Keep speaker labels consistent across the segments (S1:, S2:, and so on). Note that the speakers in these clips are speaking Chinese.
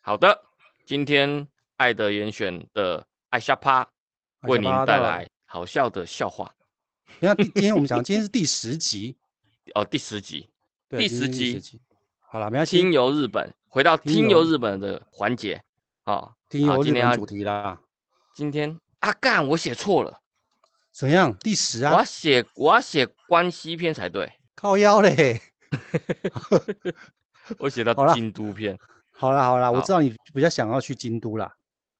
S1: 好的，今天爱的严选的爱瞎趴
S2: 爱
S1: 为
S2: 瞎
S1: 您
S2: 趴
S1: 带
S2: 到
S1: 来好笑的笑话
S2: 你 看，今天我们讲，今天是第十集，
S1: 哦，第十集
S2: 对，
S1: 第
S2: 今天
S1: 十
S2: 是第
S1: 集
S2: 十集。好了，没关系，
S1: 听游日本，回到
S2: 听
S1: 听游
S2: 游
S1: 日本的环节啊。
S2: 听
S1: 好
S2: 由
S1: 今
S2: 日
S1: 天
S2: 本
S1: 要
S2: 主题啦。
S1: 今天啊干，我写错了，
S2: 怎样？第十
S1: 我要
S2: 啊，
S1: 写我要写关西片才 对，
S2: 靠腰嘞。
S1: 我写到
S2: 好啦
S1: 京都片。
S2: 好啦好啦，我
S1: 好
S2: 知道你比较想要去京都啦。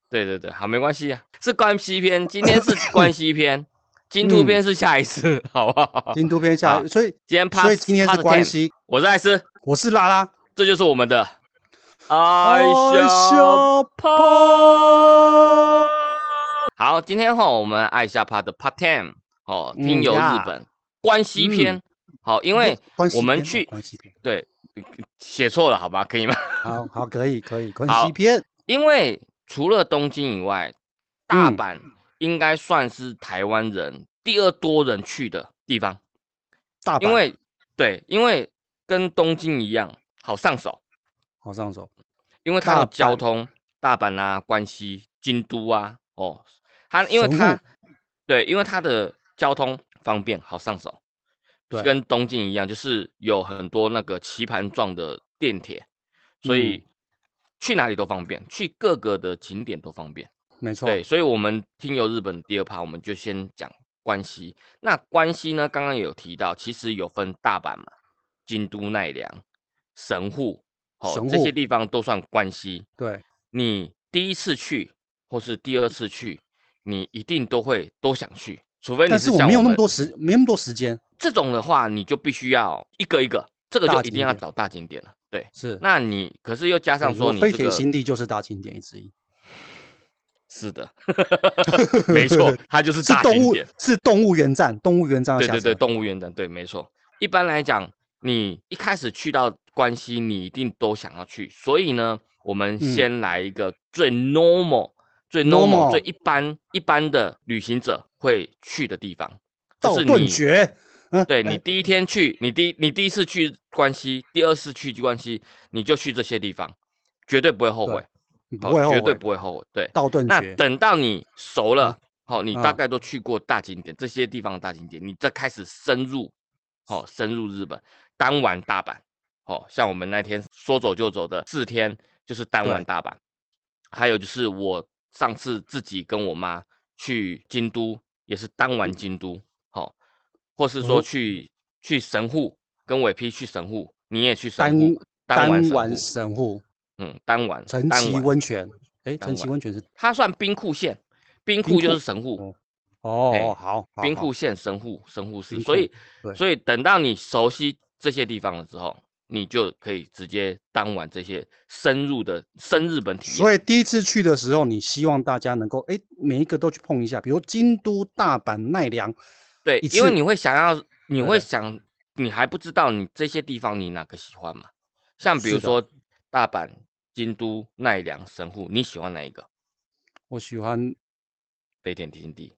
S1: 对对对，好，没关系啊，是关西 篇，今天是关西篇，京都
S2: 嗯
S1: 篇是下一次， 好不 好？
S2: 京都偏下
S1: 好，
S2: 所以
S1: 今天 pass，
S2: 所以今天是
S1: pass
S2: 关
S1: ten，
S2: 西，
S1: 我是艾斯，
S2: 我是拉拉。
S1: 这就是我们的爱笑
S2: 笑
S1: 趴。好，今天哈我们爱下趴的 part ten 哦，
S2: 嗯
S1: 听友日
S2: 呀
S1: 本、关西
S2: 嗯
S1: 篇，好，因为
S2: 关西
S1: 我们
S2: 篇哦
S1: 去
S2: 关西篇，
S1: 写错了，好吧，可以吗？
S2: 好好可以可以关
S1: 好
S2: 西篇，
S1: 因为除了东京以外，大
S2: 嗯
S1: 阪应该算是台湾人第二多人去的地方，
S2: 大阪
S1: 因为对，因为跟东京一样好上手，
S2: 好上手，
S1: 因为它有
S2: 大
S1: 交
S2: 阪
S1: 通，大阪啊、关西、京都啊，哦，它因为
S2: 神户
S1: 它对，因为它的交通方便好上手，
S2: 对
S1: 跟东京一样，就是有很多那个棋盘状的电铁，所以。
S2: 嗯
S1: 去哪里都方便，去各个的景点都方便。
S2: 没错，
S1: 对，所以，我们听由日本第二趴，我们就先讲关西。那关西呢，刚刚也有提到，其实有分大阪嘛、京都、奈良、神户，哦，
S2: 神
S1: 这些
S2: 户
S1: 地方都算关西。
S2: 对，
S1: 你第一次去或是第二次去，你一定都会都想去，除非你
S2: 但
S1: 是
S2: 是我
S1: 像
S2: 没有那么
S1: 们
S2: 多时，没那么多时间，
S1: 这种的话，你就必须要一个一个，这个
S2: 大
S1: 就一
S2: 景
S1: 定要
S2: 点
S1: 找大景点了。对，
S2: 是
S1: 那你可是又加上
S2: 对
S1: 说
S2: 我
S1: 你
S2: 飞
S1: 这
S2: 铁
S1: 个
S2: 新地就是大景点之一，
S1: 是的， 没 错，它就是
S2: 是
S1: 大
S2: 动
S1: 景
S2: 物
S1: 点。
S2: 是动物园站，动物园站要
S1: 对
S2: 下
S1: 对对，
S2: 车
S1: 动物园的，对，没错。一般来讲，你一开始去到关西，你一定都想要去，所以呢，我们
S2: 嗯
S1: 先来一个最 normal、最 normal、最
S2: Normal
S1: 一般一般的旅行者会去的地方，就
S2: 道
S1: 是
S2: 顿
S1: 你
S2: 崛，嗯，
S1: 对
S2: 哎
S1: 你第一天去，你第你第一次去关西，第二次去关西，你就去这些地方，绝对不会后
S2: 对
S1: 悔，
S2: 你不
S1: 好
S2: 会后
S1: 绝对
S2: 悔，
S1: 不会后悔，对。
S2: 道顿
S1: 那
S2: 崛，
S1: 等到你熟了，好、你大
S2: 啊
S1: 概都去过大景点，这些地方的大景点，你再开始深入，好、深入日本，单玩大阪，哦，像我们那天说走就走的四天，就是单玩
S2: 对
S1: 大阪。还有就是我上次自己跟我妈去京都，也是单玩京都，好、或是说
S2: 嗯哦
S1: 去、去神户，跟伟批去神户，你也去神
S2: 单
S1: 户，单玩
S2: 单
S1: 神户
S2: 玩，神户
S1: 嗯，单玩，
S2: 陈
S1: 单
S2: 崎
S1: 玩
S2: 温泉，哎，
S1: 单
S2: 陈崎
S1: 玩
S2: 温泉是
S1: 它算兵库县，兵
S2: 兵
S1: 库就
S2: 库
S1: 是神户，
S2: 哦哦
S1: 哎
S2: 好，好
S1: 兵
S2: 好
S1: 库县神户神户市，
S2: 兵
S1: 所以
S2: 对
S1: 所以等到你熟悉这些地方了之后，你就可以直接当晚这些深入的深日本体验。
S2: 所以第一次去的时候，你希望大家能够哎、诶每一个都去碰一下，比如京都、大阪、奈良，
S1: 对
S2: 一，
S1: 因为
S2: 次
S1: 你会想要，你
S2: 对
S1: 会
S2: 对
S1: 想，你还不知道你这些地方你哪个喜欢嘛？像比
S2: 是
S1: 如
S2: 的
S1: 说大阪、京都、奈良、神户，你喜欢哪一个？
S2: 我喜欢
S1: 北点天地。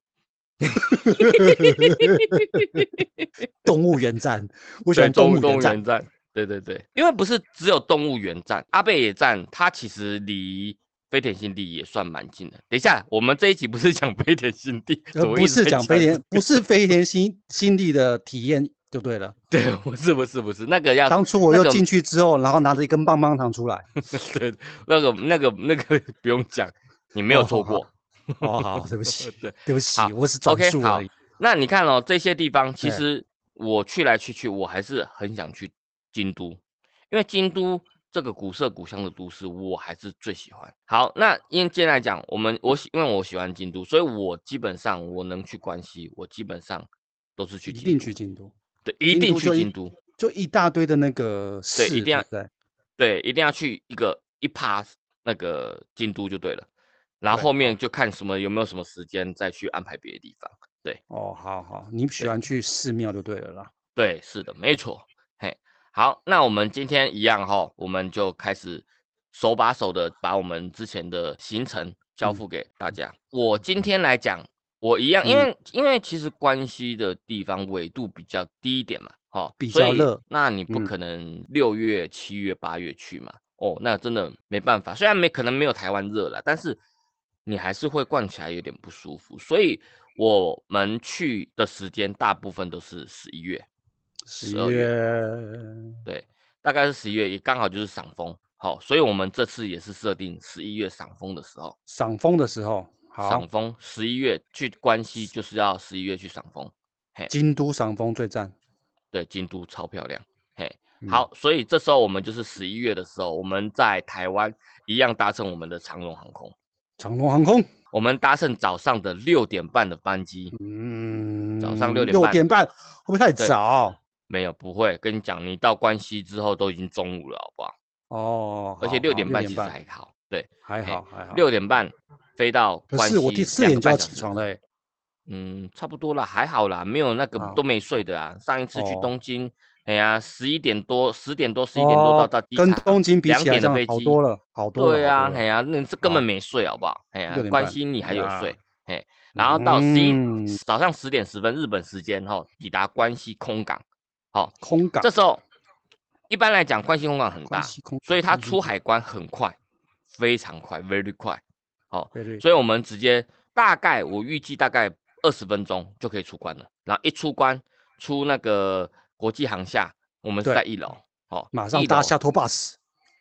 S2: 动物园站，我喜
S1: 对
S2: 欢
S1: 动
S2: 动
S1: 物
S2: 物
S1: 动
S2: 园
S1: 物
S2: 站
S1: 园，站，对对对，因为不是只有动物园站，阿贝野站它其实离飞田新地也算蛮近的。等一下，我们这一集不是讲飞田新地，怎
S2: 而
S1: 么
S2: 呃不
S1: 一直
S2: 是
S1: 在
S2: 讲飞田，不是飞田新新地的体验就对了。
S1: 对，不是不是不 是那个要
S2: 当初我
S1: 那
S2: 又
S1: 个
S2: 进去之后，然后拿着一根棒棒糖出来，
S1: 对那个那个那个 不用讲，你没有
S2: 哦
S1: 错
S2: 好好
S1: 过。
S2: 哦好，对不起，
S1: 对，
S2: 对不起
S1: 好，
S2: 我只转
S1: OK，
S2: 述
S1: 好
S2: 而已。
S1: 那你看哦，这些地方其
S2: 对
S1: 实我去来去去，我还是很想去京都，因为京都这个古色古香的都市，我还是最喜欢。好，那因为接下来讲，我们我喜因为我喜欢京都，所以我基本上我能去关西，我基本上都是去
S2: 一
S1: 京
S2: 定
S1: 都
S2: 去，京都，
S1: 对，一
S2: 京
S1: 定
S2: 都
S1: 去
S2: 就一
S1: 京都，
S2: 就一大堆的那个
S1: 对
S2: 市，
S1: 一定要
S2: 不对，
S1: 对，一定要去一个一趴那个京都就对了，然后
S2: 对
S1: 后面就看什么有没有什么时间再去安排别的地方。
S2: 哦好好，你喜
S1: 对
S2: 欢去寺庙就对了啦。
S1: 对，是的，没错。嘿，好，那我们今天一样哈，我们就开始手把手的把我们之前的行程交
S2: 嗯
S1: 付给大家。我今天来讲，我一样，因
S2: 嗯
S1: 为因为其实关西的地方纬度比较低一点嘛，哈，
S2: 比
S1: 所
S2: 较
S1: 以
S2: 热
S1: 那你不
S2: 嗯
S1: 可能六月、七月、八月去嘛。哦，那真的没办法，虽然没可能没有台湾热了，但是你还是会逛起来有点不舒服。所以我们去的时间大部分都是十一月，
S2: 十
S1: 12月
S2: 月
S1: 对，大概是十一月，也刚好就是赏枫。好，所以我们这次也是设定十一月赏枫的时候，
S2: 赏枫的时候，好
S1: 赏，枫十一月去关西就是要十一月去赏枫，
S2: 京都赏枫最赞。
S1: 对，京都超漂亮。嘿，
S2: 嗯
S1: 好，所以这时候我们就是十一月的时候，我们在台湾一样搭乘我们的长荣航空，
S2: 长龙航空，
S1: 我们搭乘早上的六点半的班机，
S2: 嗯，
S1: 早上6点
S2: 六
S1: 半
S2: 点半会不会太
S1: 对
S2: 早？
S1: 没有不会跟你讲，你到关西之后都已经中午了，好不好？
S2: 哦，
S1: 而且
S2: 好
S1: 六
S2: 好
S1: 点
S2: 6
S1: 半其实还好，对，
S2: 还
S1: 嘿
S2: 好还好。
S1: 六点半飞到
S2: 可
S1: 关西，
S2: 是我第四
S1: 两个
S2: 点就
S1: 半
S2: 要
S1: 小
S2: 起
S1: 时
S2: 床了欸，
S1: 嗯，差不多啦，还好啦，没有那个
S2: 好
S1: 都没睡的啊。上一次去
S2: 哦
S1: 东京，哎呀，十一点多、十点多、十一点多到
S2: 哦
S1: 到机
S2: 跟
S1: 场
S2: 东京比
S1: 两
S2: 起来，
S1: 点
S2: 这
S1: 的
S2: 样
S1: 飞
S2: 好
S1: 机
S2: 多了，好多了。
S1: 对
S2: 好
S1: 呀、
S2: 多了
S1: 哎呀、那这根
S2: 好
S1: 本没睡，好不好？哎呀、
S2: 6点
S1: 关
S2: 半
S1: 心你还有
S2: 呀
S1: 睡，哎，然后到十一、
S2: 嗯
S1: 早上十点十分日本时间哈，抵达关西空港。好、
S2: 空港
S1: 这，时候一般来讲，关西空港很
S2: 关
S1: 大，
S2: 西空嗯港，
S1: 所以它
S2: 空
S1: 出海关很快，非常快，very 快。好、
S2: 对对，
S1: 所以我们直接大概我预计大概二十分钟就可以出关了。然后一出关出那个国际航厦，我们是
S2: 对
S1: 在一楼，哦，
S2: 马上
S1: 一
S2: 搭
S1: 楼
S2: 下头 bus，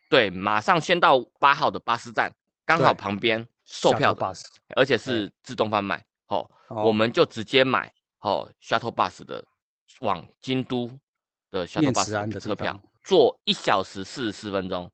S1: 对，马上先到八号的巴士站，刚好
S2: 对
S1: 旁边售
S2: 下
S1: 票
S2: 头
S1: 的，
S2: bus，
S1: 而且是自动贩卖，哦，我
S2: 哦
S1: 们就直接买哦 shuttle bus 的往京都的 shuttle
S2: 念慈安
S1: bus
S2: 的
S1: 车
S2: 地
S1: 票
S2: 方，
S1: 坐一小时四十四分钟，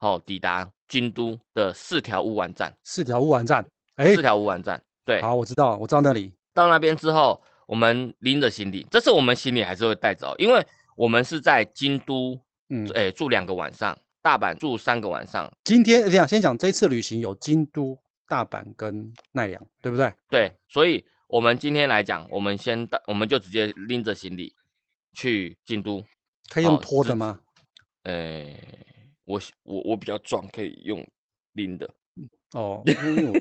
S1: 哦，抵达京都的四条乌丸站，
S2: 四条乌丸站，哎
S1: 四，条乌丸站，对，
S2: 好，我知道，我知道那里，
S1: 到那边之后，我们拎着行李，这次我们行李还是会带走，因为我们是在京都，
S2: 嗯，
S1: 哎、住两个晚上，大阪住三个晚上，
S2: 今天这样先讲这次旅行有京都、大阪跟奈良，对不对？
S1: 对，所以我们今天来讲，我们先到，我们就直接拎着行李去京都。
S2: 可以用
S1: 哦
S2: 拖
S1: 是
S2: 的吗？
S1: 呃，我喜我我比较壮，可以用拎的，
S2: 哦，因为我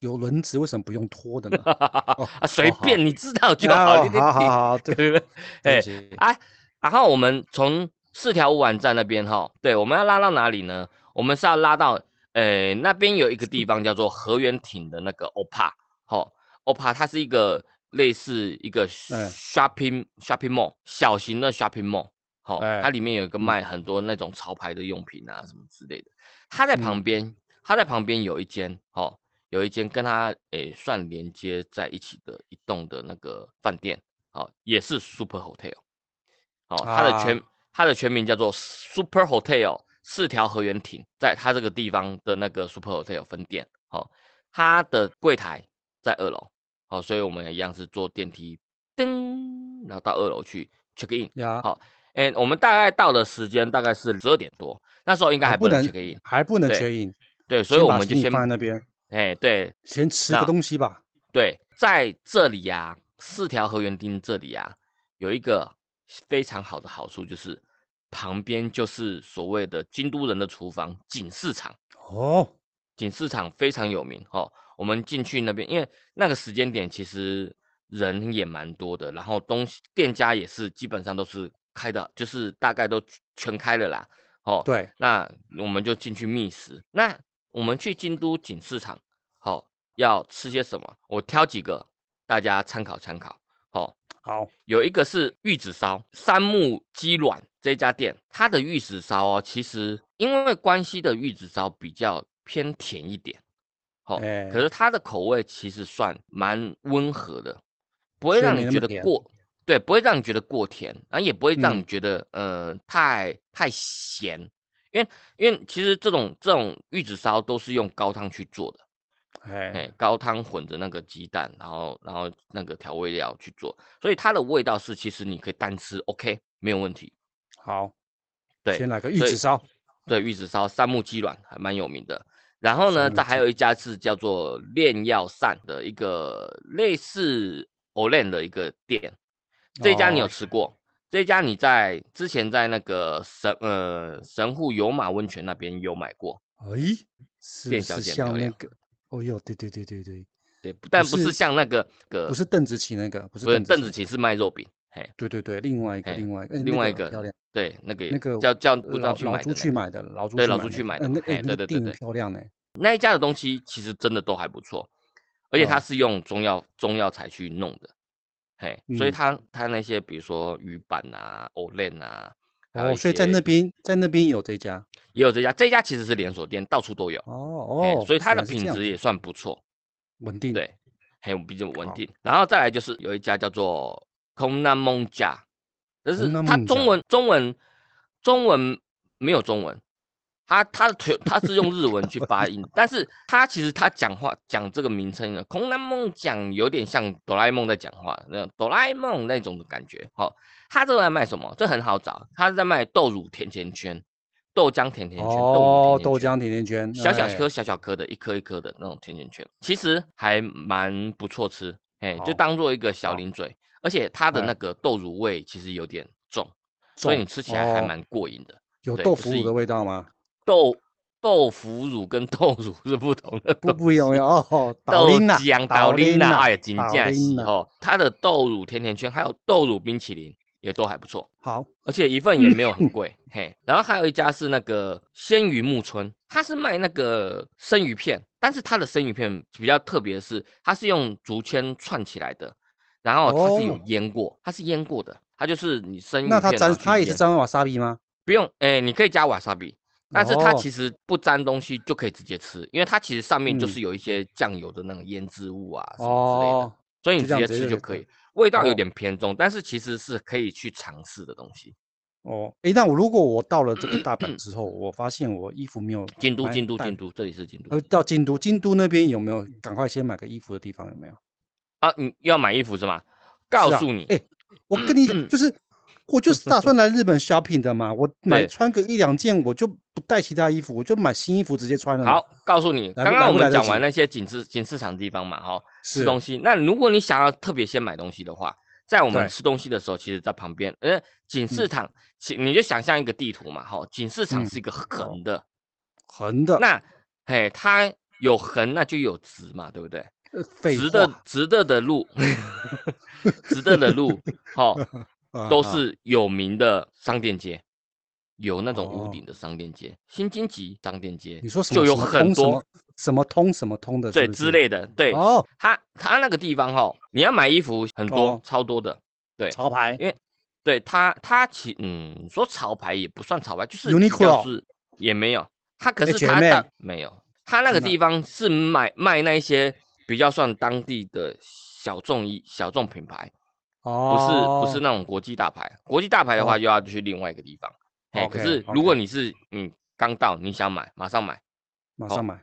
S2: 有轮子，为什么不用 拖的呢？哦
S1: 啊，随
S2: 好
S1: 便你知道就好，
S2: 啊
S1: 你你
S2: 好好
S1: 你
S2: 好，对
S1: 对不对？哎
S2: 对不起，
S1: 啊，然后我们从四条五晚站那边哈，对，我们要拉到哪里呢？我们是要拉到，呃，那边有一个地方叫做河原町的那个 OPA，好、o p a 它是一个类似一个
S2: 哎
S1: shopping、shopping mall 小型的 shopping mall，好、
S2: 哎
S1: 它里面有一个卖很多那种潮牌的用品啊什么之类的。它在旁边，它在旁边有一间，哦，有一间跟它诶、算连接在一起的一栋的那个饭店，哦，也是 Super Hotel，哦，它的全、
S2: 啊
S1: 它的全名叫做 Super Hotel 四条河原町，在它这个地方的那个 Super Hotel 分店，哦，它的柜台在二楼，哦，所以我们一样是坐电梯，噔，然后到二楼去 check in，
S2: 呀，
S1: 好哎、我们大概到的时间大概是十二点多，那时候应该还
S2: 还哦不
S1: 不能
S2: 能
S1: check in，
S2: 还不能
S1: 对
S2: 缺饮，
S1: 对，所以
S2: 先
S1: 我
S2: 把
S1: 们就
S2: 行李
S1: 先
S2: 放在那边，
S1: 哎、对
S2: 先吃个
S1: 那
S2: 东西吧。
S1: 对，在这里呀、四条河原町这里呀、有一个非常好的好处就是，旁边就是所谓的京都人的厨房锦市场，
S2: 哦，
S1: 锦市场非常有名哦。我们进去那边，因为那个时间点其实人也蛮多的，然后东西店家也是基本上都是开的，就是大概都全开了啦。哦，
S2: 对，
S1: 那我们就进去觅食。那我们去京都锦市场，好、要吃些什么？我挑几个大家参考参考。好、
S2: 好，
S1: 有一个是玉子烧，三木鸡卵这家店，它的玉子烧哦，其实因为关西的玉子烧比较偏甜一点，好、
S2: 哎
S1: 可是它的口味其实算蛮温和的，不会
S2: 所以
S1: 让
S2: 没
S1: 你
S2: 那
S1: 觉
S2: 么
S1: 得
S2: 甜
S1: 过，对，不会让你觉得过甜，然后也不会让
S2: 嗯
S1: 你觉得、呃太太咸，因为因为其实这种这种玉子烧都是用高汤去做的。
S2: 哎，
S1: 哎，高汤混着那个鸡蛋，然后然后那个调味料去做，所以它的味道是其实你可以单吃，OK，没有问题。
S2: 好，
S1: 对
S2: 先来个玉
S1: 所以
S2: 子烧，
S1: 对，玉子烧、三木鸡卵还蛮有名的。然后呢，
S2: 三木
S1: 这还
S2: 鸡
S1: 有一家是叫做炼药膳的一个类似 Olen 的一个店，这家你有
S2: 哦
S1: 吃过？这家你在之前在那个神呃神户有马温泉那边有买过，
S2: 哎，是
S1: 变
S2: 不
S1: 小
S2: 是
S1: 见漂
S2: 像那
S1: 亮
S2: 个？哦哟，对对对对对对，
S1: 对，但不
S2: 是
S1: 是像那个个
S2: 不是邓紫棋那个，不是
S1: 不是
S2: 邓
S1: 邓紫
S2: 棋，
S1: 棋是卖肉饼，嘿，
S2: 对对对，另外一个
S1: 嘿
S2: 另外一个哎
S1: 另
S2: 那
S1: 外一
S2: 个
S1: 个
S2: 漂亮，
S1: 对，那个也
S2: 那个
S1: 叫叫
S2: 呃
S1: 不知道
S2: 老
S1: 去
S2: 老
S1: 买
S2: 朱
S1: 的
S2: 去
S1: 那个
S2: 买的，老朱
S1: 对
S2: 去
S1: 老
S2: 买
S1: 朱去买的
S2: 呃那
S1: 嘿
S2: 哎
S1: 对
S2: 那
S1: 对对
S2: 店
S1: 对
S2: 漂亮哎，
S1: 那一家的东西其实真的都还不错，而且它
S2: 嗯
S1: 是用中药中药材去弄的，嘿，所以
S2: 嗯
S1: 它它那些比如说鱼板啊、藕链啊，还有
S2: 哦，
S1: 一
S2: 所以在
S1: 些
S2: 那边在那边有这家
S1: 也有这家，这家其实是连锁店，到处都有，
S2: 哦
S1: 嘿，
S2: 哦，
S1: 所以它
S2: 原
S1: 的
S2: 来是这
S1: 品
S2: 样
S1: 质
S2: 子，
S1: 也算不错，
S2: 稳定
S1: 对，嘿，比较稳
S2: 好，
S1: 定。然后再来就是有一家叫做空南梦家，但
S2: 红
S1: 是
S2: 那
S1: 它
S2: 梦
S1: 中
S2: 家
S1: 文中文中文没有中文，它它的推它是用日文去发音，但是它其实它讲话讲这个名称呢，空南梦讲有点像哆啦 A 梦在讲话，那哆啦 A 梦那种的感觉。好、它这个在卖什么？这很好找，它是在卖豆乳甜甜圈、豆浆甜甜圈、豆乳甜
S2: 哦，
S1: 甜
S2: 豆
S1: 圈。
S2: 浆甜甜圈，
S1: 小小
S2: 哎，
S1: 颗小小颗的，一颗一颗的那种甜甜圈，其实还蛮不错吃，哎，就
S2: 好
S1: 当做一个小
S2: 好，
S1: 零嘴，而且它的
S2: 哎，
S1: 那个豆乳味其实有点重，所以你
S2: 重
S1: 吃起来还
S2: 哦，
S1: 蛮过瘾的。
S2: 有
S1: 对，
S2: 豆
S1: 就
S2: 腐
S1: 是
S2: 乳的
S1: 以
S2: 味道吗？
S1: 豆豆腐乳跟豆乳是不同的
S2: 不
S1: 东
S2: 不一样
S1: 西。
S2: 哦，
S1: 豆
S2: 倒拎啦，
S1: 浆、豆
S2: 倒
S1: 奶
S2: 拎
S1: 呐，哎
S2: 啦，
S1: 呀，真
S2: 倒
S1: 正
S2: 拎
S1: 是
S2: 啦，
S1: 哦，它的豆乳甜甜圈还有豆乳冰淇淋也都还不错。
S2: 好，
S1: 而且一份也没有
S2: 嗯
S1: 很贵，嘿。然后还有一家是那个鲜鱼木村，它是卖那个生鱼片，但是它的生鱼片比较特别的是，它是用竹签串起来的，然后它是有
S2: 哦，
S1: 腌过，它是腌过的，它就是你生
S2: 那
S1: 鱼
S2: 它
S1: 片然
S2: 沾
S1: 后去
S2: 它也是
S1: 腌，
S2: 沾瓦萨比吗？
S1: 不用，哎，你可以加瓦萨比，但是它
S2: 哦，
S1: 其实不沾东西就可以直接吃，因为它其实上面就
S2: 嗯，
S1: 是有一些酱油的那种腌制物啊什么之类的，
S2: 哦，
S1: 所以你
S2: 就这
S1: 直
S2: 样
S1: 接
S2: 直
S1: 吃
S2: 接
S1: 就
S2: 就
S1: 可
S2: 可以，
S1: 以，味道有
S2: 哦
S1: 点偏重，但是其实是可以去尝试的东西。
S2: 哦，诶，那我如果我到了这个大阪之后，我发现我衣服没有
S1: 嗯京都，
S2: 买
S1: 京都，
S2: 带，
S1: 京都，这里是京都
S2: 呃，到京都，京都那边有没有赶快先买个衣服的地方？有没有？
S1: 啊！你要买衣服是吗？告
S2: 是啊，
S1: 诉你，
S2: 哎，我 跟你讲，就是我就是打算来日本 shopping 的嘛，我买
S1: 嗯对，
S2: 穿个一两件，我就不带其他衣服，我就买新衣服直接穿了嘛，
S1: 好，告诉你，
S2: 嗯来
S1: 刚
S2: 不
S1: 刚
S2: 来
S1: 我
S2: 不
S1: 们
S2: 来得
S1: 讲完
S2: 及？
S1: 那些景市景市场地方嘛，哈、吃
S2: 是，
S1: 东西。那如果你想要特别先买东西的话，在我们
S2: 对，
S1: 吃东西的时候，其实在旁边，呃，景市
S2: 嗯
S1: 场，其你就想象一个地图嘛，哈、景市场
S2: 嗯，
S1: 是一个
S2: 好，呃
S1: 横的，
S2: 横的，
S1: 那，嘿，它有横，那就有直嘛，对不对？
S2: 呃，废
S1: 直的
S2: 话，
S1: 直的的 路，直的的路，好、
S2: 啊
S1: 哦 都
S2: 哈，
S1: 是有名的商店街，有那种屋
S2: 哦，
S1: 顶的商店街，新金吉商店街
S2: 你说什
S1: 就
S2: 么
S1: 有
S2: 什么
S1: 很
S2: 通什么
S1: 多
S2: 什么通什么通的，是
S1: 对
S2: 不
S1: 之
S2: 是？
S1: 类的，对
S2: 哦
S1: 它它那个地方哈、你要买衣服很多
S2: 哦，
S1: 超多的，对，
S2: 潮牌
S1: 因为对它它其嗯你说潮牌也不算潮牌，就是比较
S2: ，Uniqlo、
S1: 是也没有，它可是它当
S2: H&M，啊
S1: 没有，它那个
S2: 那
S1: 地方是买卖那一些比较算当地的小众衣小众品牌，不是不是
S2: 哦
S1: 那种国际大牌，国际大牌的话
S2: 哦
S1: 就要去另外一个地方。嘿，可
S2: ，OK
S1: 是如果
S2: OK，
S1: 你是你刚到，你想买，马上买，
S2: 马上
S1: 哦，
S2: 买，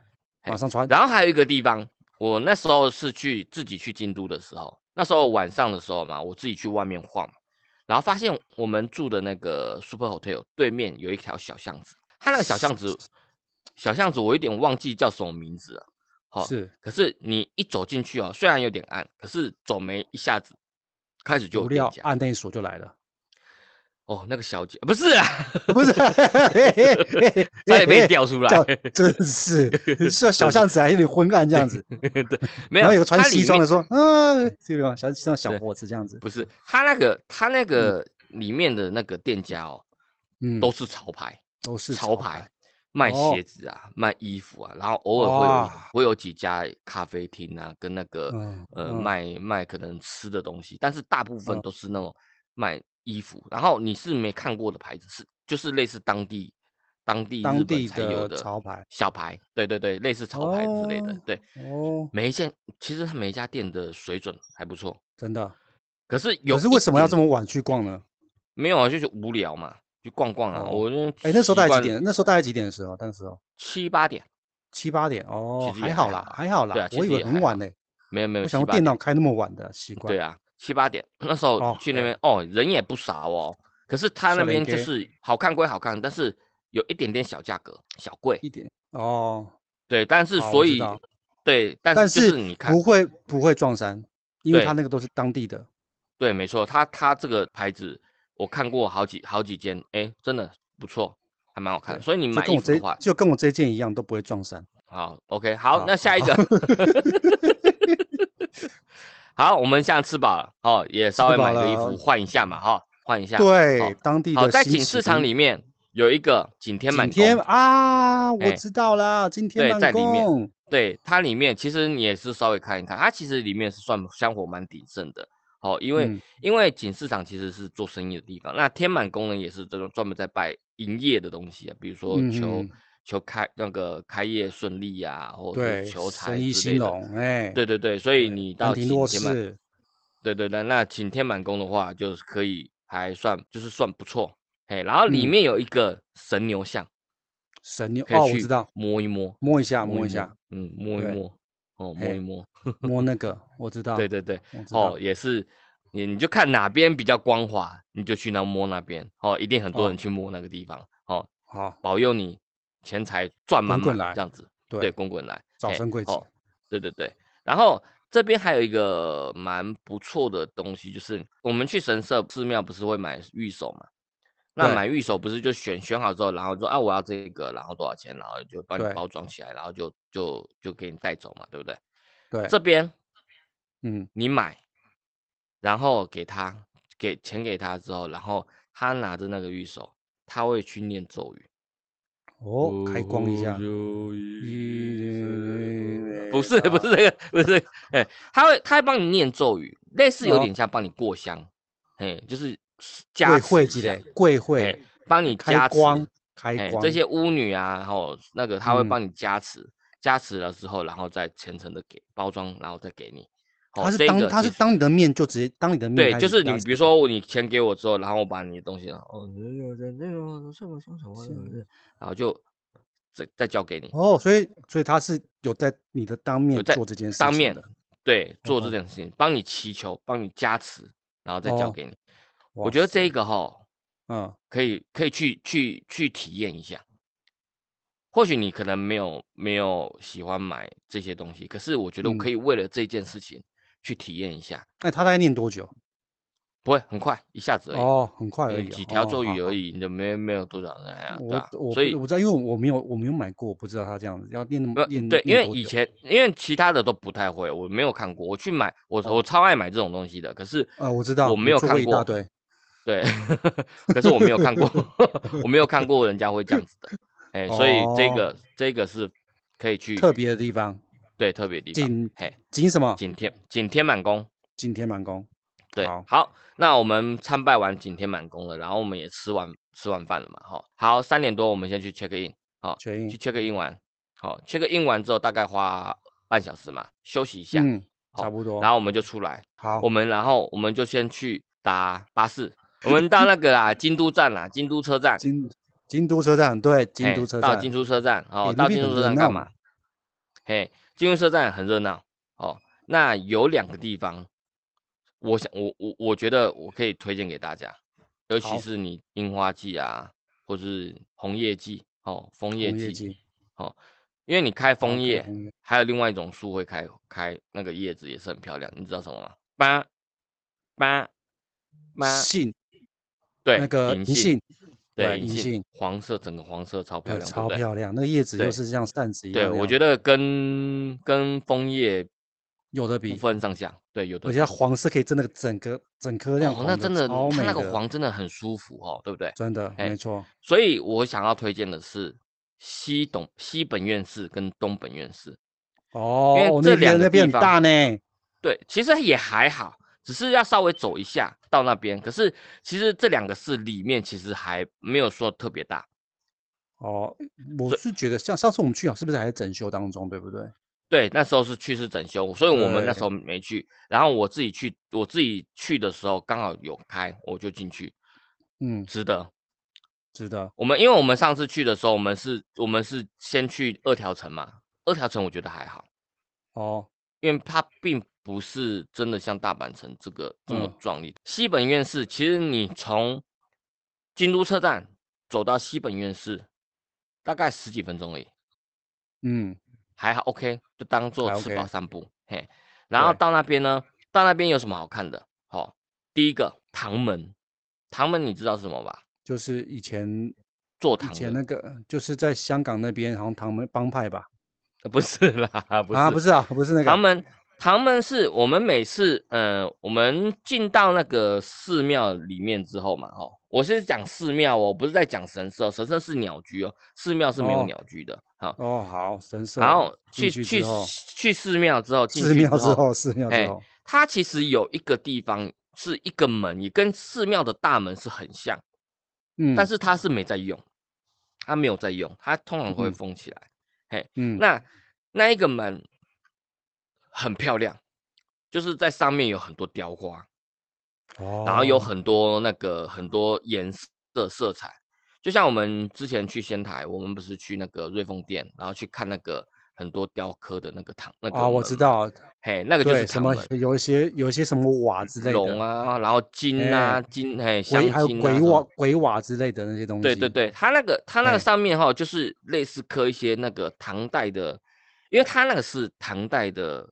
S2: 马
S1: 嘿，
S2: 上穿。
S1: 然后还有一个地方，我那时候是去自己去京都的时候，那时候晚上的时候嘛，我自己去外面晃嘛，然后发现我们住的那个 Super Hotel 对面有一条小巷子，它那个小巷子，小巷子我有点忘记叫什么名字了，好、
S2: 是
S1: 可是你一走进去哦，虽然有点暗，可是走没一下子，开始就有
S2: 无啊
S1: 店
S2: 料
S1: 家。
S2: 按内锁就 来了，
S1: 哦，那个小姐不是啊，
S2: 不是，嘿嘿嘿
S1: 差点
S2: 嘿
S1: 被你
S2: 嘿
S1: 调出来，
S2: 叫真是是啊小
S1: 对
S2: 巷子还有点昏暗这
S1: 对
S2: 样子，
S1: 对，没
S2: 然
S1: 有，
S2: 后有个穿
S1: 它里
S2: 西装
S1: 面
S2: 的说啊，这个小像小
S1: 对，
S2: 伙子这样子，
S1: 不是它那个它那
S2: 嗯
S1: 个里面的那个店家哦，
S2: 嗯，
S1: 都是潮牌，
S2: 都是
S1: 潮
S2: 潮
S1: 牌
S2: 牌
S1: 卖鞋
S2: 哦，
S1: 子啊，卖衣服啊，然后偶尔会有
S2: 哇，
S1: 会有几家咖啡厅啊，跟那个
S2: 嗯
S1: 呃
S2: 嗯
S1: 卖卖可能吃的东西，但是大部分
S2: 嗯，
S1: 都是那种卖衣服，然后你是没看过的牌子，是就是类似当地当地日
S2: 当
S1: 本
S2: 地
S1: 才有
S2: 的
S1: 的
S2: 潮牌
S1: 小牌，对对对，类似潮牌之类的，
S2: 哦
S1: 对，
S2: 哦，
S1: 每一件其实它每一家店的水准还不错，
S2: 真的，
S1: 可是
S2: 可
S1: 有
S2: 是为
S1: 一
S2: 什么要这
S1: 点
S2: 么晚去逛呢？
S1: 没有啊，就是无聊嘛，去逛逛啊，
S2: 哦，
S1: 我就
S2: 哎，那时
S1: 习
S2: 候大概几
S1: 惯
S2: 点？那时候大概几点的时候？那时候
S1: 七八点，
S2: 七八点
S1: 其
S2: 哦，
S1: 实
S2: 还
S1: 也还
S2: 好
S1: 好
S2: 啦，
S1: 啦，
S2: 还好
S1: 对
S2: 啦，
S1: 啊，其
S2: 我以
S1: 实
S2: 为
S1: 也
S2: 很
S1: 还
S2: 晚
S1: 好，
S2: 呢，
S1: 没有没有
S2: 我想
S1: 七
S2: 说
S1: 八点，
S2: 电脑开那么晚的习惯
S1: 对啊，七八点那时候
S2: 哦，
S1: 去那
S2: 哎，
S1: 边哦，人也不少哦，可是他那
S2: 笑
S1: 边
S2: 脸
S1: 就
S2: 给。
S1: 是好看归好看，但是有一点点小价格，小贵，
S2: 一点哦，
S1: 对，但是
S2: 好，我
S1: 所
S2: 知
S1: 以
S2: 道，
S1: 对，但
S2: 但
S1: 是就是是你看，
S2: 不会不会撞衫，因为他
S1: 对
S2: 那个都是当地的
S1: 对，没错，他他这个牌子我看过好几好几间，哎，真的不错，还蛮好看，
S2: 对，
S1: 所以你
S2: 就
S1: 买
S2: 跟
S1: 衣
S2: 我
S1: 服的
S2: 这
S1: 话，
S2: 就跟我这件一样都不会撞衫。
S1: 好，OK，好，
S2: 好
S1: 那
S2: 好
S1: 下一
S2: 好，
S1: 个。好，我们现在吃饱了哦，也稍微
S2: 饱
S1: 买个衣
S2: 了哦
S1: 服换一下嘛哈，换一下。
S2: 对，当地
S1: 好，
S2: 的
S1: 在
S2: 新
S1: 景
S2: 奇
S1: 市场里面有一个景天满
S2: 景
S1: 宫
S2: 天，啊，我
S1: 哎
S2: 知道啦，今天
S1: 对
S2: 办
S1: 在里面
S2: 公
S1: 对它里面其实你也是稍微看一看，它其实里面是算香火蛮鼎盛的。哦，因为、
S2: 嗯
S1: 因为景市场其实是做生意的地方，那天满宫呢也是这种专门在拜营业的东西啊，比如说
S2: 嗯
S1: 求、
S2: 嗯
S1: 求开那个开业顺利呀、或者
S2: 对
S1: 是求财
S2: 生意
S1: 之
S2: 兴
S1: 类的。
S2: 隆，哎，
S1: 对对对，所以你
S2: 安
S1: 到
S2: 平
S1: 景
S2: 弱
S1: 天满
S2: 势，
S1: 对对对，那请天满宫的话，就是可以还算就是算不错，嘿，然后里
S2: 嗯
S1: 面有一个神牛像，
S2: 神牛
S1: 可
S2: 哦，
S1: 以
S2: 我
S1: 去
S2: 知道，
S1: 摸一摸，
S2: 摸一下，
S1: 摸
S2: 摸
S1: 摸
S2: 一下，，
S1: 嗯，摸一
S2: 对
S1: 摸，哦，摸
S2: 嘿
S1: 一摸，
S2: 摸那个，我知道，
S1: 对对对，
S2: 我知道
S1: 哦，，也是，你你就看哪边比较光滑，你就去那摸那边，哦，一定很多
S2: 哦
S1: 人去摸那个地方，哦，
S2: 好，
S1: 保佑你钱财赚满
S2: 滚滚
S1: 满
S2: 来
S1: 这样子，
S2: 对
S1: 对，滚滚来，
S2: 早
S1: 嘿
S2: 生贵子
S1: 哦，对对对，然后这边还有一个蛮不错的东西，就是我们去神社寺庙不是会买玉手嘛？那
S2: 对
S1: 买玉手不是就选选好之后，然后说啊我要这个，然后多少钱，然后就帮你
S2: 对
S1: 包装起来，然后就就就给你带走嘛，对不对？
S2: 对，
S1: 这边
S2: 嗯，
S1: 你买，然后给他给钱给他之后，然后他拿着那个玉手，他会去念咒语。
S2: 哦，开光一下，
S1: 不是不是这个不是这个，哎，他会他会帮你念咒语，类似有
S2: 哦
S1: 点像帮你过香，哎，就是加
S2: 贵
S1: 持
S2: 会
S1: 一
S2: 几
S1: 下
S2: 嘞，，贵
S1: 哎
S2: 会，
S1: 帮你
S2: 开
S1: 加持，
S2: 光，
S1: 哎
S2: 开光，
S1: 这些巫女啊，然后那个他会
S2: 嗯
S1: 帮你加持，加持了之后，然后再虔诚的给包装，然后再给你。哦
S2: 他是
S1: 这
S2: 当
S1: 个
S2: 他
S1: 其
S2: 是
S1: 实
S2: 当你的面就直接当你的面
S1: 对，
S2: 开
S1: 就
S2: 始
S1: 是
S2: 加
S1: 你，比如
S2: 持
S1: 说我你钱给我之后，然后我把你的东西，哦，那个那个什么什么什么
S2: 是
S1: 的，然后就再再交给你，
S2: 哦，所以所以他是有在你的当面
S1: 有在
S2: 做这件事情
S1: 当面
S2: 的
S1: 对做这
S2: 哦
S1: 件事情，帮你祈求，帮你加持，然后再交
S2: 哦
S1: 给你。
S2: 哇
S1: 我觉得这
S2: 塞
S1: 一个哈，
S2: 嗯
S1: 可以可以去去去体验一下。或许你可能没有没有喜欢买这些东西，可是我觉得我可
S2: 嗯
S1: 以为了这件事情去体验一下，
S2: 那他大概念多久？
S1: 不会很快，一下子而已。
S2: 哦，很快而
S1: 嗯
S2: 已哦，
S1: 几条咒语而
S2: 已。
S1: 已，你就没没有多少人啊，对
S2: 我
S1: 吧？
S2: 我
S1: 所
S2: 不
S1: 以
S2: 我知道，因为我没有我没有买过，我不知道他这样子要念那么
S1: 不
S2: 念
S1: 对，因
S2: 念
S1: 为
S2: 多
S1: 以
S2: 久
S1: 前因为其他的都不太会，我没有看过。我去买，我我超爱买这种东西的，可是
S2: 呃哦我知道
S1: 我没有
S2: 做
S1: 看
S2: 过一
S1: 过
S2: 大，堆，
S1: 对，可是我没有看过， 我没有看过人家会这样子的，哎，所以这
S2: 哦
S1: 个这个是可以去
S2: 特别的地方，
S1: 对特别地方，
S2: 景
S1: 嘿，
S2: 景什么？
S1: 景天景天满宫，
S2: 景天满宫。
S1: 对，
S2: 好
S1: 那我们参拜完景天满宫了，然后我们也吃完吃完饭了嘛，哈，好，三点多我们先去 check in，好，
S2: 全
S1: 去
S2: 英，
S1: check in 完，好，check in 完之后大概花半小时嘛，休息一下，
S2: 嗯，哦
S1: 好
S2: 差不多。
S1: 然后我们就出来，
S2: 好
S1: 我，们然后我们就先去搭巴士，我 们到那个啦，京都站啦，京都车站，
S2: 京京都车站，对，京
S1: 嘿
S2: 都车
S1: 哎到
S2: 站，
S1: 京都车站，哦，
S2: 诶
S1: 到
S2: 那边
S1: 京都车
S2: 很热
S1: 站
S2: 闹
S1: 干
S2: 嘛
S1: 嘛？嘿，京都车站很热闹哦。那有两个地方，我想我我我觉得我可以推荐给大家，尤其
S2: 好
S1: 是你樱花季啊，或是红叶季哦，枫叶
S2: 红叶
S1: 季，
S2: 季，
S1: 因为你开
S2: 好
S1: 枫
S2: 开
S1: 叶，
S2: 红叶
S1: 还有另外一种树会开开那个叶子也是很漂亮，你知道什么吗？八八八，
S2: 信
S1: 对，
S2: 那个银
S1: 杏，
S2: 杏，
S1: 对，
S2: 银
S1: 杏
S2: 杏，
S1: 黄色，整个黄色超漂
S2: 对，
S1: 亮，对
S2: 超
S1: 不对？
S2: 漂亮，那叶子
S1: 对
S2: 又是像扇子一
S1: 对，
S2: 样那样子，
S1: 我觉得跟跟枫叶
S2: 有的
S1: 不
S2: 比，
S1: 分上下，对，有的
S2: 而
S1: 比
S2: 且它黄色可以真的整个整颗亮
S1: 哦，那
S2: 黄的，
S1: 真的
S2: 超
S1: 它那
S2: 美
S1: 个
S2: 的，
S1: 黄真的很舒服哦，对不对？
S2: 真的
S1: 哎
S2: 没错。
S1: 所以我想要推荐的是西董西本院寺跟东本院寺，
S2: 哦，哦
S1: 这
S2: 那
S1: 两
S2: 边
S1: 个
S2: 那边
S1: 地
S2: 很大呢，
S1: 对，其实也还好，只是要稍微走一下到那边。可是其实这两个寺里面其实还没有说特别大，
S2: 哦，我是觉得像上次我们去啊，是不是还在整修当中，对不对？
S1: 对，那时候是去世整修，所以我们那时
S2: 对
S1: 候没去。然后我自己去，我自己去的时候刚好有开，我就进去，
S2: 嗯，
S1: 值得。
S2: 是的，
S1: 我们因为我们上次去的时候，我们是，我们是先去二条城嘛，二条城我觉得还好，
S2: 哦，
S1: 因为它并不是真的像大阪城这个这么
S2: 嗯
S1: 壮丽。西本院寺其实你从京都车站走到西本院寺，大概十几分钟而已，
S2: 嗯，
S1: 还好 OK，就当做
S2: 还
S1: 吃饱
S2: OK
S1: 散步。嘿，然后
S2: 对
S1: 到那边呢，到那边有什么好看的？好、第一个唐门，唐门你知道是什么吧？
S2: 就是以前
S1: 坐
S2: 以
S1: 堂
S2: 前
S1: 的，
S2: 那个就是在香港那边，好像唐门帮派吧？
S1: 呃不是啦，不是，
S2: 啊，不是啊，不是那
S1: 唐
S2: 个，
S1: 门，唐门是我们每次，呃，我们进到那个寺庙里面之后嘛，哈，我是讲寺庙哦，我不是在讲神社，神社是鸟居哦，寺庙是没有
S2: 哦
S1: 鸟居的，好、
S2: 哦，好，神社。
S1: 然后
S2: 进
S1: 去
S2: 去
S1: 去
S2: 之后
S1: 去寺庙之后，进
S2: 寺
S1: 去
S2: 庙
S1: 之
S2: 之，后，寺庙
S1: 哎
S2: 之后，
S1: 它其实有一个地方是一个门，也跟寺庙的大门是很像，
S2: 嗯，
S1: 但是它是没在用，它没有在用，它通常会
S2: 嗯
S1: 封起来。
S2: 嗯，
S1: 那那一个门很漂亮，就是在上面有很多雕花，然后有
S2: 哦
S1: 很多那个很多颜色色彩，就像我们之前去仙台，我们不是去那个瑞丰殿，然后去看那个很多雕刻的那个堂那个
S2: 啊，我
S1: 门
S2: 知
S1: 嘛，
S2: 道，
S1: 嘿，那个就是
S2: 对，什
S1: 唐
S2: 么
S1: 门
S2: 有一些有一些什么瓦之类
S1: 龙
S2: 的，
S1: 啊，然后金啊
S2: 哎
S1: 金嘿香
S2: 鬼还有
S1: 金啊
S2: 鬼
S1: 什么
S2: 瓦鬼瓦之类的那些东西。
S1: 对对对，它那个它那
S2: 哎
S1: 个上面哈，就是类似刻一些那个唐代的，因为它那个是唐代的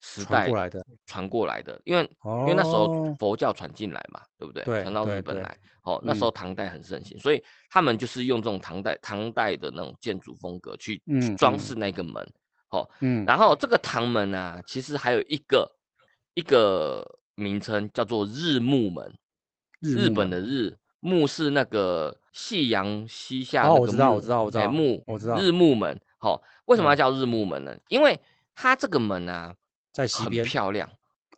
S1: 时
S2: 传
S1: 代
S2: 过来的
S1: 传过来的，因为
S2: 哦，
S1: 因为那时候佛教传进来嘛，对不对？
S2: 对
S1: 传到
S2: 对
S1: 日本
S2: 对嗯
S1: 来，哦，那时候唐代很盛行，所以他们就是用这种唐代唐代的那种建筑风格去
S2: 嗯
S1: 装
S2: 嗯
S1: 饰那个门。哦，
S2: 嗯，
S1: 然后这个唐门啊，其实还有一个一个名称叫做日暮门，日
S2: 木
S1: 本
S2: 嘛
S1: 的日，暮是那个夕阳西下
S2: 哦
S1: 那
S2: 我
S1: 个
S2: 知道
S1: 暮，
S2: 我知道我知
S1: 哎
S2: 道
S1: 暮，
S2: 我知道
S1: 日暮门。好、为什么
S2: 嗯
S1: 要叫日暮门呢？因为它这个门啊
S2: 在西
S1: 很
S2: 边，
S1: 漂亮，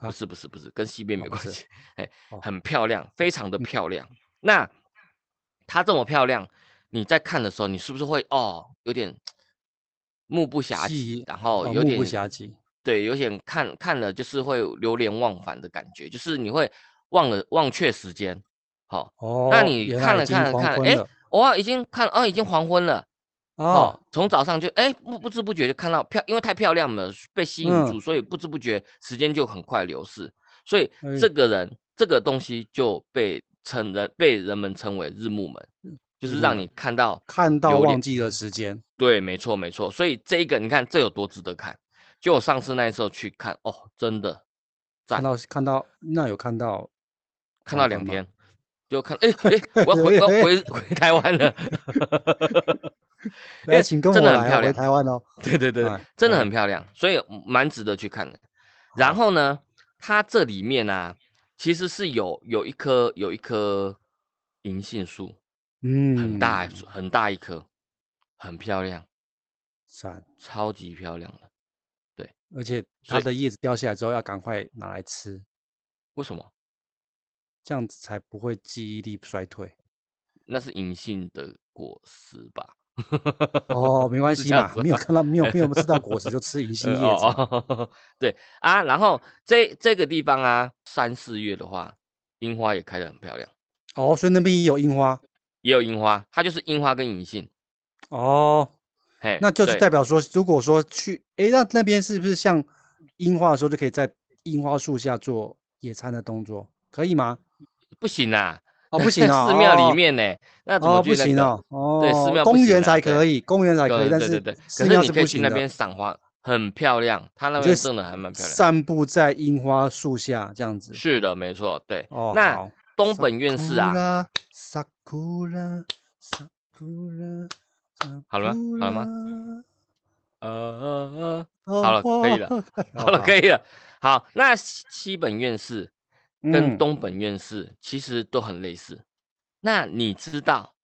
S2: 啊
S1: 不是不是不是，跟西边没
S2: 哦
S1: 关
S2: 不是
S1: 系，哎、
S2: 哦嗯
S1: 很漂亮，非常的漂亮。那它这么漂亮，你在看的时候，你是不是会哦有点目不暇
S2: 西
S1: 及，然后
S2: 哦
S1: 有
S2: 目
S1: 点、
S2: 不暇及，
S1: 对，有点看看了就是会流连忘返的感觉，就是你会忘了忘却时间。好、
S2: 哦，
S1: 那你
S2: 原
S1: 看
S2: 来
S1: 了
S2: 已经
S1: 看了
S2: 黄
S1: 看了，
S2: 昏
S1: 哎
S2: 了，
S1: 哇，已经看哦，已经黄昏了哦
S2: 哦，，
S1: 从早上就哎不不知不觉就看到漂，因为太漂亮了，被吸引
S2: 嗯
S1: 住，所以不知不觉时间就很快流逝，所以
S2: 哎
S1: 这个人这个东西就被称人被人们称为日暮门，就
S2: 嗯日
S1: 是
S2: 暮
S1: 让
S2: 门
S1: 你看到
S2: 看到
S1: 流连
S2: 忘记了时间，
S1: 对，没错，没错。所以这一个，你看这有多值得看？就我上次那时候去看，哦，真的赞，
S2: 看到看到那有看到
S1: 看
S2: 黄
S1: 到
S2: 昏
S1: 两
S2: 吗
S1: 天，就看，哎哎，我要回，我要回回台湾了。因
S2: 来，
S1: 为
S2: 请跟我
S1: 真的很
S2: 来
S1: 漂
S2: 啊，回
S1: 亮，
S2: 台湾哦。
S1: 对对对，
S2: 哎
S1: 真的
S2: 哎
S1: 很漂亮，所以嗯蛮值得去看的。然
S2: 好
S1: 后呢，它这里面啊，其实是有有一棵有一棵银杏树，很
S2: 嗯，
S1: 大很大一棵，很漂亮，
S2: 赞，
S1: 超级漂亮的。
S2: 而且
S1: 所
S2: 它
S1: 以
S2: 的叶子掉下来之后要赶快拿来吃，
S1: 为什么？
S2: 这样子才不会记忆力 衰退。
S1: 那是银杏的果实吧？
S2: 哦，没关
S1: 是
S2: 系
S1: 这样
S2: 嘛，
S1: 子
S2: 没有
S1: 吧
S2: 看到，没有没有吃到果实就吃银杏
S1: 呃
S2: 叶子嘛。
S1: 哦哦， 对啊，然后这这个地方啊，三四月的话，樱花也开得很漂亮，
S2: 哦，所以那边也有樱花。
S1: 也有樱花，它就是樱花跟银杏，
S2: 哦，
S1: 嘿，
S2: 那就是
S1: 哎对
S2: 代表说，如果说去，诶，那那边是不是像樱花的时候就可以在樱花树下做野餐的动作，可以吗？
S1: 不行啦，
S2: 哦，不行 啊，
S1: 寺庙里
S2: 哦
S1: 面呢，那怎
S2: 哦，
S1: 么去
S2: 不
S1: 那
S2: 行
S1: 个？
S2: 哦，
S1: 对寺
S2: 哦，
S1: 庙不
S2: 公
S1: 行
S2: 园
S1: 啊
S2: 才
S1: 对
S2: 可以，公园才可
S1: 对
S2: 以，但
S1: 对对
S2: 是
S1: 对，可
S2: 寺
S1: 是
S2: 庙
S1: 你
S2: 是
S1: 可以
S2: 不
S1: 去
S2: 行
S1: 那
S2: 的。
S1: 边赏花，很漂亮，它那
S2: 我觉得
S1: 边
S2: 是
S1: 真的还蛮漂亮。
S2: 散步在樱花树下这样子。
S1: 是的，没错，对。
S2: 哦，
S1: 那
S2: 好。
S1: 东本院士啊，
S2: sakura sakura
S1: 好了吗好了吗
S2: sakura
S1: 呃，
S2: 哦
S1: 好了可 以了， 好了，可
S2: 以。
S1: 以了。好，那西西本院士跟
S2: 嗯，
S1: 东本院士其实都很类似。那你知道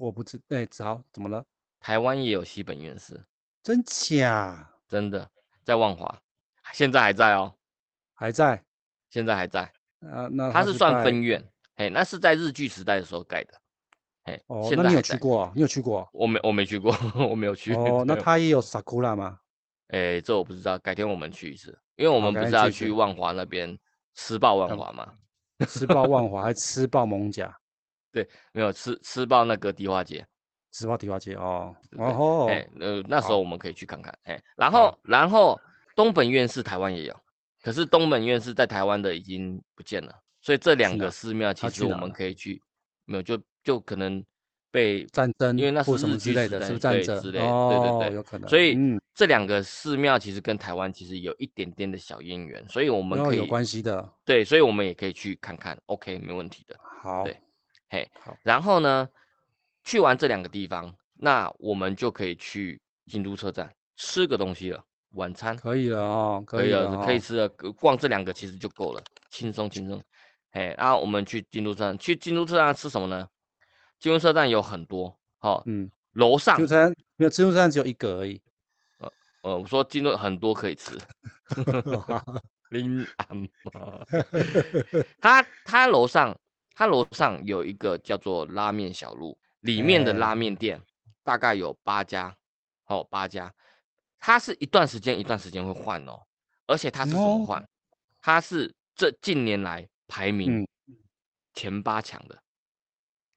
S2: 我不知，哎，好，怎么了？
S1: 台湾也有西本院士，
S2: 真假？
S1: 真的在万华，现在还在哦，
S2: 还在？
S1: 现在还在。
S2: 啊，那
S1: 它
S2: 他
S1: 是
S2: 是
S1: 算
S2: 在
S1: 分院，哎，那是在日据时代的时候盖的，哎，
S2: 哦，
S1: 现
S2: 那
S1: 在
S2: 你
S1: 还
S2: 有去
S1: 在。
S2: 过啊？你有去过啊？
S1: 我没我没去过， 我 没有去。
S2: 哦，那
S1: 对
S2: 他也有 sakura 吗？
S1: 哎，这我不知道，改天我们去一次，因为我
S2: 好
S1: 们
S2: 改
S1: 不
S2: 天
S1: 是
S2: 去
S1: 要
S2: 一次
S1: 去万华那边吃爆万
S2: 嗯
S1: 华吗？
S2: 吃爆万华，还吃爆蒙甲，
S1: 没有吃吃爆那个迪化街，
S2: 吃爆迪化街哦。
S1: 对
S2: 哦吼，
S1: 哎，呃，那时
S2: 好
S1: 候我们可以去看看，哎，然
S2: 好
S1: 后然后东本院是台湾也有，可是东本院是在台湾的已经不见了，所以这两
S2: 哪
S1: 个寺庙其
S2: 它
S1: 实
S2: 啊去
S1: 我
S2: 哪
S1: 们
S2: 了
S1: 可以去，没有就就可能被
S2: 战争
S1: 因为那是
S2: 或什
S1: 日
S2: 么之
S1: 据
S2: 类
S1: 时
S2: 的，是
S1: 代
S2: 不是战
S1: 对
S2: 争
S1: 之？类的，对对
S2: 哦，
S1: 对，
S2: 有可能。
S1: 所以
S2: 嗯，
S1: 这两个寺庙其实跟台湾其实有一点点的小渊源，所以我们
S2: 然后
S1: 可
S2: 哦有
S1: 以
S2: 关系的。
S1: 对，所以我们也可以去看看，OK，没问题的。
S2: 好，
S1: 对嘿
S2: 好，
S1: 然后呢，去完这两个地方，那我们就可以去京都车站吃个东西了。晚餐
S2: 可以了哦，
S1: 可以
S2: 了，
S1: 可以
S2: 哦。
S1: 吃了，逛这两个其实就够了，轻松轻松。哎，然后我们去京都车站，去京都车站吃什么呢？京都车站有很多，好、
S2: 嗯，
S1: 楼上
S2: 自助餐没有，自助餐只有一个而已。
S1: 呃，我说京都很多可以吃， 林安 嘛，他他楼上他楼上有一个叫做拉面小路，里面的拉
S2: 哎
S1: 面店大概有八家，哦八家，它是一段时间一段时间会换哦，而且它是怎么
S2: 哦
S1: 换？它是这近年来排名
S2: 嗯
S1: 前八强的，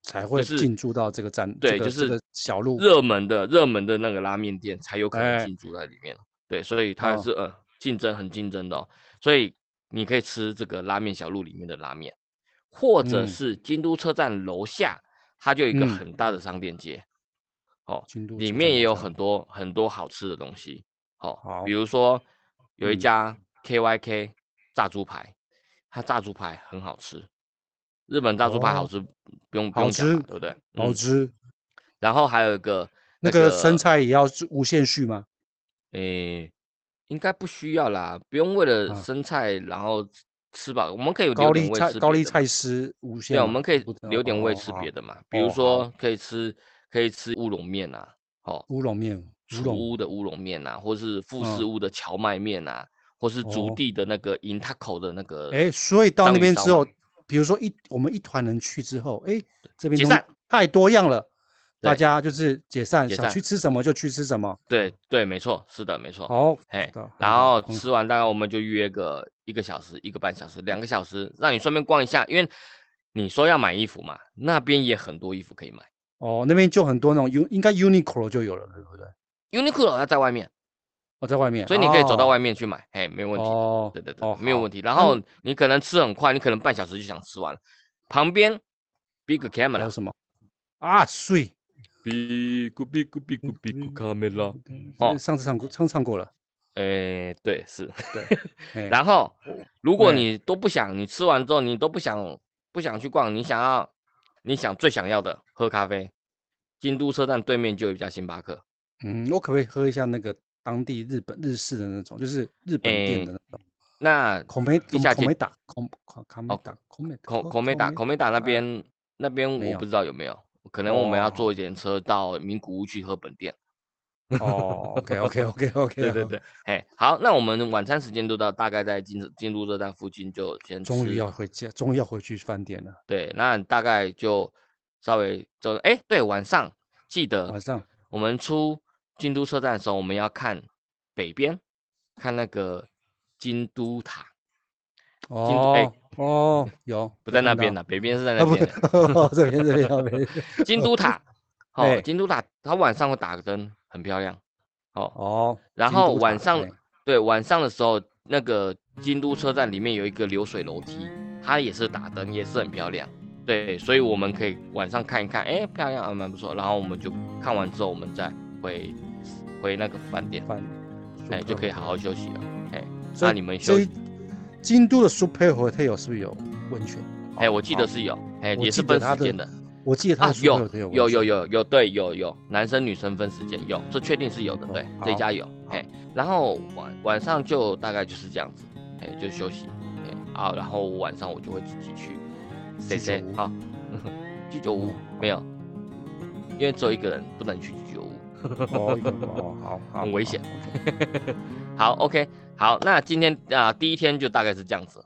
S2: 才会
S1: 是
S2: 进驻到这个站，
S1: 对就
S2: 这个这
S1: 是
S2: 个小路。
S1: 热门的热门的那个拉面店才有可能
S2: 哎
S1: 进驻在里面。对，所以它
S2: 哦
S1: 是呃竞争很竞争的、哦，所以你可以吃这个拉面小路里面的拉面，或者
S2: 嗯
S1: 是京都车站楼下，它就有一个
S2: 嗯
S1: 很大的商店街，哦，
S2: 京都
S1: 里
S2: 车
S1: 面
S2: 站
S1: 也有
S2: 上
S1: 很多很多好吃的东西。好、
S2: 好
S1: 比如说有一
S2: 嗯
S1: 家 KYK 炸猪排，它炸猪排很好吃，日本炸猪排好
S2: 哦
S1: 吃，不用不
S2: 好
S1: 用讲嘛，
S2: 吃
S1: 对不对？
S2: 好
S1: 嗯
S2: 吃，
S1: 然后还有一个
S2: 那个生，菜也要是无限续吗？
S1: 诶、应该不需要啦，不用为了
S2: 啊
S1: 生菜然后吃吃饱，我们可以
S2: 高
S1: 留点
S2: 丽
S1: 胃
S2: 菜
S1: 吃
S2: 高
S1: 别
S2: 丽
S1: 的
S2: 菜
S1: 嘛
S2: 丝无限
S1: 对
S2: 吗，
S1: 啊，我们可以
S2: 不知道
S1: 留点胃
S2: 哦
S1: 吃
S2: 好
S1: 别的嘛，比如
S2: 哦好
S1: 说可以吃可以吃乌龙面啊，哦，
S2: 乌龙面，乌
S1: 楚
S2: 龙
S1: 屋的乌龙面啊，或是富
S2: 嗯
S1: 士屋的荞麦面啊，或是竹
S2: 哦
S1: 地的那个银塔口的那个，
S2: 哎，所以到
S1: 章
S2: 那
S1: 鱼
S2: 边
S1: 烧
S2: 之
S1: 嘛
S2: 后，比如说一我们一团人去之后，哎，这边
S1: 解
S2: 东西
S1: 散
S2: 太多样了，大
S1: 对
S2: 家就是解散，
S1: 解
S2: 想
S1: 散
S2: 去吃什么就去吃什么。
S1: 对对，没错，是的，没错，
S2: 好，
S1: 哎
S2: 知，道好
S1: 然
S2: 好
S1: 后
S2: 嗯
S1: 吃完大概我们就约个一个小时、一个半小时、两个小时，让你顺便逛一下，因为你说要买衣服嘛，那边也很多衣服可以买。
S2: 哦，那边就很多那种 U 应该 Uniqlo 就有了，对不对？
S1: Uniqlo 它在外面，
S2: 哦，在外面，
S1: 所以你可以走到
S2: 哦
S1: 外面去买，哎，没问题的。
S2: 哦，
S1: 对对对
S2: 哦，，
S1: 没有
S2: 好
S1: 问题。然
S2: 那
S1: 后你可能吃很快，你可能半小时就想吃完了。旁边 Big
S2: 还有
S1: Camera，
S2: 什么啊？睡，
S1: Big Big Big Big Camera，哦
S2: 哦，上次唱过，上次唱过了，
S1: 哎，对，是。
S2: 哎，
S1: 然后，如果
S2: 哎
S1: 你都不想，你吃完之后你都不想不想去逛，你想要你想最想要的喝咖啡，京都车站对面就有一家星巴克。
S2: 嗯，我可不可以喝一下那个当地日本日式的那种，就是日本店
S1: 哎
S2: 的那种？
S1: 那
S2: 孔梅，嗯
S1: 地下
S2: 孔
S1: 街
S2: 梅达，孔孔孔梅达，哦孔梅
S1: 孔孔美达孔美达那边那边
S2: 没
S1: 我
S2: 有
S1: 不知道有没有，可能我们要
S2: 哦
S1: 坐一点车到名古屋去喝本店。
S2: 哦，OK OK OK OK，
S1: 对对 对，哎，好，那我们晚餐时间都到，大概在京京都车站附近就先
S2: 哦终于
S1: 吃
S2: 要回家，终于要回去饭店了。
S1: 对，那大概就稍微走。哎，对，晚上记得
S2: 晚上
S1: 我们出京都车站的时候，我们要看北边，看那个京都塔，都哎
S2: 哦哦，有
S1: 不
S2: 有
S1: 在那
S2: 看
S1: 边
S2: 到
S1: 了，北边是在
S2: 啊
S1: 那
S2: 不
S1: 边的。，
S2: 这边这边这边
S1: 京都 塔，哦，
S2: 哎
S1: 京都塔，它晚上会打个灯，很漂亮。哦，
S2: 哦，
S1: 然
S2: 京
S1: 后
S2: 都
S1: 晚
S2: 塔
S1: 上
S2: 哎，
S1: 对，晚上的时候，那个京都车站里面有一个流水楼梯，它也是打灯，也是很漂亮。对，所以我们可以晚上看一看，哎，漂亮啊，蛮不错。然后我们就看完之后，我们再回回那个饭店，
S2: 饭
S1: 哎，就可以好好休息了。哎，那
S2: 所以
S1: 你们
S2: 所
S1: 休息
S2: 以。京都的 Super Hotel 是不是有温泉？
S1: 哎，我记得
S2: 好
S1: 是有，哎，
S2: 我
S1: 也是
S2: 记得
S1: 分
S2: 它
S1: 时间
S2: 的
S1: 的
S2: 我记得它
S1: 啊
S2: 的，Super
S1: 有
S2: Hotel 有温
S1: 有有
S2: 泉
S1: 有有，对，有有男生女生分时间有，这确定是有的，
S2: 哦
S1: 对，这
S2: 好
S1: 家有，哎，然后晚晚上就大概就是这样子，哎，就休息，哎啊，然后晚上我就会自己去，啊谁
S2: 居酒
S1: 谁
S2: 屋
S1: 好，居酒屋
S2: 哦
S1: 没有，因为只有一个人不能去居酒屋，
S2: 哦有哦，好好
S1: 很危
S2: 好
S1: 险
S2: OK
S1: 好，OK，好，那今天啊、第一天就大概是这样子，